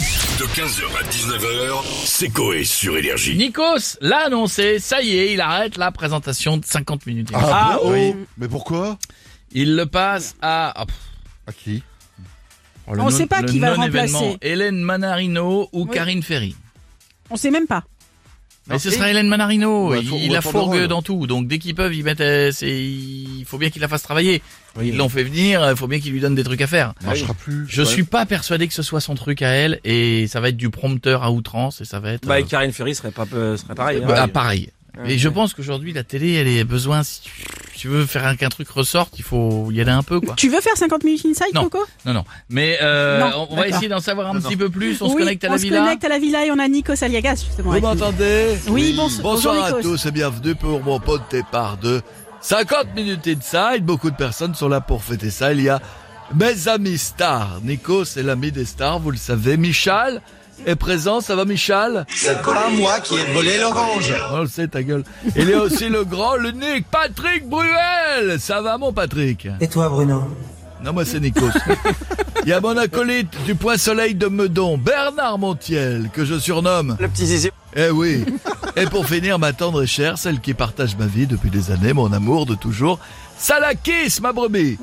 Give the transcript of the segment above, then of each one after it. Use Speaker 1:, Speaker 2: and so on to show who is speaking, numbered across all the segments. Speaker 1: De 15h à 19h, c'est Coé sur Énergie.
Speaker 2: Nikos l'a annoncé, ça y est, il arrête la présentation de 50 minutes.
Speaker 3: Ah,
Speaker 4: oh.
Speaker 5: bon
Speaker 3: oui. Mais pourquoi
Speaker 2: Il le passe à... ah, pff,
Speaker 3: À qui
Speaker 2: oh, le
Speaker 5: On sait pas qui va le
Speaker 2: non-événement.
Speaker 5: remplacer.
Speaker 2: Hélène Manarino ou
Speaker 5: Oui.
Speaker 2: Karine Ferry.
Speaker 5: On sait même pas.
Speaker 2: Mais ce sera Hélène Manarino,
Speaker 3: On va
Speaker 2: il,
Speaker 3: tour- on
Speaker 2: il
Speaker 3: va
Speaker 2: la
Speaker 3: tourner
Speaker 2: fourgue
Speaker 3: rôle.
Speaker 2: dans tout, donc dès qu'ils peuvent, ils mettent, euh, c'est- il faut bien qu'ils la fasse travailler. Ils l'ont fait venir, il faut bien qu'ils lui donnent des trucs à faire.
Speaker 3: Ça marchera plus.
Speaker 2: Je
Speaker 3: Ouais.
Speaker 2: suis pas persuadé que ce soit son truc à elle, et ça va être du prompteur à outrance, et ça va être...
Speaker 6: Bah,
Speaker 2: euh,
Speaker 6: et Karine Ferry serait pas euh, serait pareil. hein.
Speaker 2: Bah, pareil.
Speaker 6: Ouais.
Speaker 2: Et je pense qu'aujourd'hui, la télé, elle est besoin, si tu, tu veux faire un- qu'un truc ressorte, il faut y aller un peu, quoi.
Speaker 5: Tu veux faire 50 minutes inside,
Speaker 2: Non.
Speaker 5: Coco
Speaker 2: Non, non. Mais, euh,
Speaker 5: Non,
Speaker 2: on va
Speaker 5: d'accord.
Speaker 2: essayer d'en savoir un petit peu plus. On se
Speaker 5: Oui,
Speaker 2: connecte à la
Speaker 5: on se
Speaker 2: villa.
Speaker 5: connecte à la villa et on a Nikos Aliagas, justement.
Speaker 4: Vous
Speaker 5: avec nous.
Speaker 4: m'entendez
Speaker 5: Oui, bonso-
Speaker 4: bonsoir
Speaker 5: bonjour,
Speaker 4: à
Speaker 5: Nikos.
Speaker 4: tous et bienvenue pour mon pot de départ de 50 minutes inside. Beaucoup de personnes sont là pour fêter ça. Il y a mes amis stars. Nico, c'est l'ami des stars, vous le savez. Michal est présent, ça va Michal
Speaker 7: C'est pas moi qui ai volé l'orange.
Speaker 4: On le sait, ta gueule. Il est aussi le grand, le Nick, Patrick Bruel Ça va mon Patrick
Speaker 8: Et toi, Bruno
Speaker 4: Non, moi c'est Nikos. Il y a mon acolyte du Point Soleil de Meudon, Bernard Montiel, que je surnomme...
Speaker 6: Le petit zizi.
Speaker 4: Eh oui. Et pour finir, ma tendre et chère, celle qui partage ma vie depuis des années, mon amour de toujours, Salakis, ma brebis.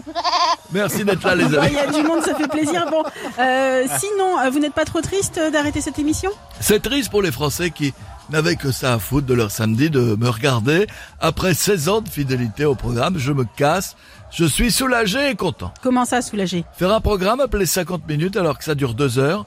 Speaker 4: Merci d'être là, les
Speaker 5: Ah, Il
Speaker 4: amis.
Speaker 5: y a du monde, ça fait plaisir. Bon, euh, sinon, euh, vous n'êtes pas trop triste euh, d'arrêter cette émission
Speaker 4: C'est triste pour les Français qui n'avaient que ça à foutre de leur samedi de me regarder. Après 16 ans de fidélité au programme, je me casse. Je suis soulagé et content.
Speaker 5: Comment ça, soulager
Speaker 4: Faire un programme appelé 50 minutes alors que ça dure 2 heures,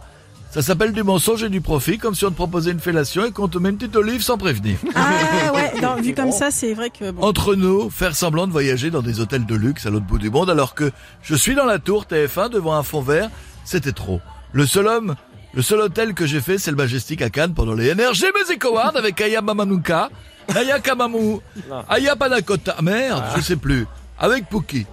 Speaker 4: ça s'appelle du mensonge et du profit, comme si on te proposait une fellation et qu'on te met une petite olive sans prévenir.
Speaker 5: Ah ouais, non, vu comme ça, c'est vrai que bon.
Speaker 4: Entre nous, faire semblant de voyager dans des hôtels de luxe à l'autre bout du monde alors que je suis dans la tour TF1 devant un fond vert, c'était trop. Le seul homme, le seul hôtel que j'ai fait, c'est le Majestic à Cannes pendant les NRG Music Awards avec Aya Mamanuka, Aya Kamamu, Aya Panakota, merde, je sais plus, avec Pookie.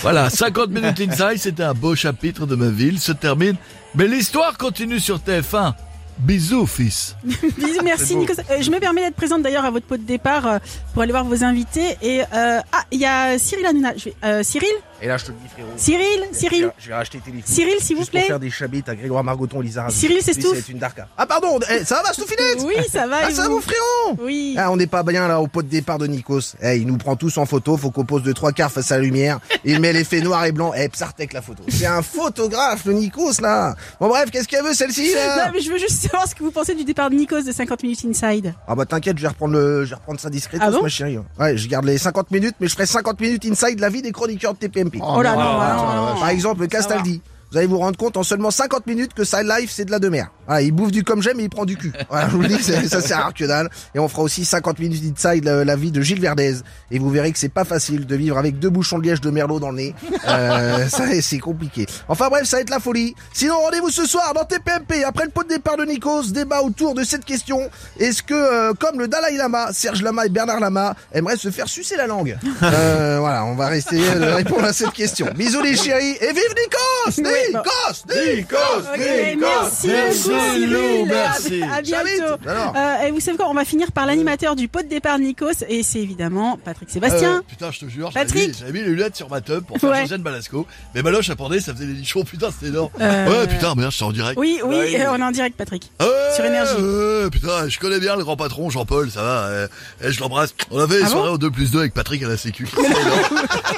Speaker 4: Voilà, 50 minutes inside, c'était un beau chapitre de ma ville, se termine, mais l'histoire continue sur TF1. Bisous, fils.
Speaker 5: Bisous, merci Nikos. Euh, je me permets d'être présente d'ailleurs à votre pot de départ euh, pour aller voir vos invités. Et euh, ah, il y a Cyril Hanouna. Je vais- euh, Cyril
Speaker 9: Et là, je te le dis, frérot.
Speaker 5: Cyril
Speaker 9: Je
Speaker 5: Cyril
Speaker 9: vais- Je vais racheter téléphone.
Speaker 5: Cyril, s'il vous
Speaker 9: Juste pour
Speaker 5: plaît
Speaker 9: faire des chabites à Grégoire Margoton, Lizarazu.
Speaker 5: Cyril, c'est
Speaker 9: Lui,
Speaker 5: Stouff.
Speaker 9: C'est une darka. Ah, pardon. eh, ça va, Stoufinette
Speaker 5: Oui, ça va.
Speaker 9: Ah,
Speaker 5: et
Speaker 9: ça va,
Speaker 5: vous
Speaker 9: mon frérot
Speaker 5: Oui.
Speaker 9: ah, on n'est pas bien là au pot de départ de Nikos. Eh, il nous prend tous en photo, faut qu'on pose de trois quarts face à la lumière. Il met l'effet noir et blanc. Eh, Psartek la photo. C'est un photographe le Nikos là. Bon bref, qu'est-ce qu'elle veut celle-ci
Speaker 5: Non,
Speaker 9: là
Speaker 5: mais je veux juste savoir ce que vous pensez du départ de Nikos de 50 minutes inside.
Speaker 9: Ah bah t'inquiète, je vais reprendre le, je vais reprendre ça discrètement,
Speaker 5: Ah bon
Speaker 9: ma chérie. Ouais, je garde les 50 minutes, mais je ferai 50 minutes inside la vie des chroniqueurs de TPMP.
Speaker 5: Oh, là non,
Speaker 3: non,
Speaker 5: ah,
Speaker 3: non,
Speaker 5: non,
Speaker 3: non,
Speaker 5: non.
Speaker 9: Par exemple, Castaldi. Vous allez vous rendre compte en seulement 50 minutes que sa life c'est de la demeure. Voilà, il bouffe du comme j'aime et il prend du cul. Voilà, je vous le dis, ça, ça sert à que dalle. Et on fera aussi 50 minutes inside la, la vie de Gilles Verdez. Et vous verrez que c'est pas facile de vivre avec deux bouchons de liège de merlot dans le nez. Euh, ça c'est compliqué. Enfin bref, ça va être la folie. Sinon rendez-vous ce soir dans TPMP après le pot de départ de Nikos. Débat autour de cette question. Est-ce que euh, comme le Dalai Lama, Serge Lama et Bernard Lama aimeraient se faire sucer la langue euh, voilà, on va rester de répondre à cette question. Bisous les chéris et vive Nikos
Speaker 5: Oui, bon.
Speaker 9: Nikos Nikos
Speaker 5: Ok, merci,
Speaker 4: Merci,
Speaker 5: beaucoup, Cyril.
Speaker 4: Lou, merci.
Speaker 5: À
Speaker 9: J'habite.
Speaker 5: bientôt.
Speaker 9: Alors.
Speaker 5: Euh, et vous savez quoi On va finir par l'animateur du pot de départ de Nikos et c'est évidemment Patrick Sébastien.
Speaker 4: Euh, putain, je te jure, j'avais
Speaker 5: Patrick.
Speaker 4: mis, j'avais mis les lunettes sur ma tub pour faire
Speaker 5: Ouais.
Speaker 4: Josiane Balasco. Mais Baloche appendait, ça faisait des lichons, putain, c'était énorme.
Speaker 5: Euh.
Speaker 4: Ouais, putain, merde, je suis en direct.
Speaker 5: Oui, oui,
Speaker 4: Ouais.
Speaker 5: euh, on est en direct, Patrick.
Speaker 4: Ouais,
Speaker 5: sur Énergie.
Speaker 4: ouais, putain, je connais bien le grand patron Jean-Paul, ça va. euh, et je l'embrasse. On avait une
Speaker 5: Ah
Speaker 4: soirée au 2 plus 2 avec Patrick à la Sécu. C'était énorme.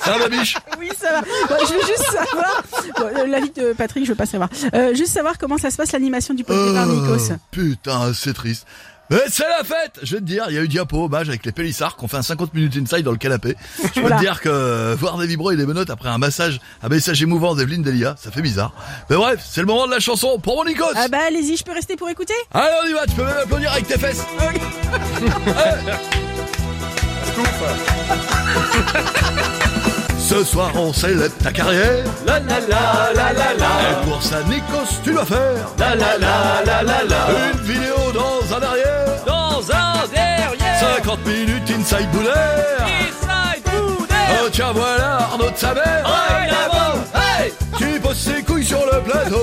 Speaker 4: ça va, ma biche
Speaker 5: Oui, ça va. Bon, je veux juste savoir. Bon, euh, L'avis de Patrick, je veux pas savoir. Euh, juste savoir comment ça se passe l'animation du pot de départ de Nikos.
Speaker 4: Oh, Putain, c'est triste. Mais c'est la fête Je vais te dire, il y a eu Diapo, hommage avec les Pélissards, qu'on fait un 50 minutes inside dans le canapé. Je peux
Speaker 5: Oula.
Speaker 4: te dire que euh, voir des vibros et des menottes après un massage, un message émouvant d'Evelyne Delia, ça fait bizarre. Mais bref, c'est le moment de la chanson pour mon Nikos
Speaker 5: Ah bah allez-y, je peux rester pour écouter
Speaker 4: Allez, on y va, tu peux même applaudir avec tes fesses Ce soir, on célèbre ta carrière
Speaker 6: La la la la la la.
Speaker 4: Et pour ça, Nikos, tu dois faire
Speaker 6: La la la la la la.
Speaker 4: Une vidéo dans un arrière
Speaker 6: Dans un derrière.
Speaker 4: 50 minutes inside Boulaire
Speaker 6: Inside Boudet.
Speaker 4: Oh tiens voilà Arnaud de sa mère
Speaker 6: Hey, là-bas. Hey.
Speaker 4: Qui pose ses couilles sur le plateau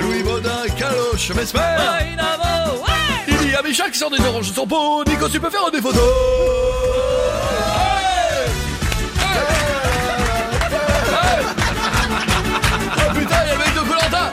Speaker 4: Louis Baudin, Caloche, Mesmer
Speaker 6: Hey, là-bas. Ouais.
Speaker 4: Il y a Micha qui sort des oranges de son pot Nico tu peux faire des photos Hey Hey Hey Oh putain il y a le mec de Colanta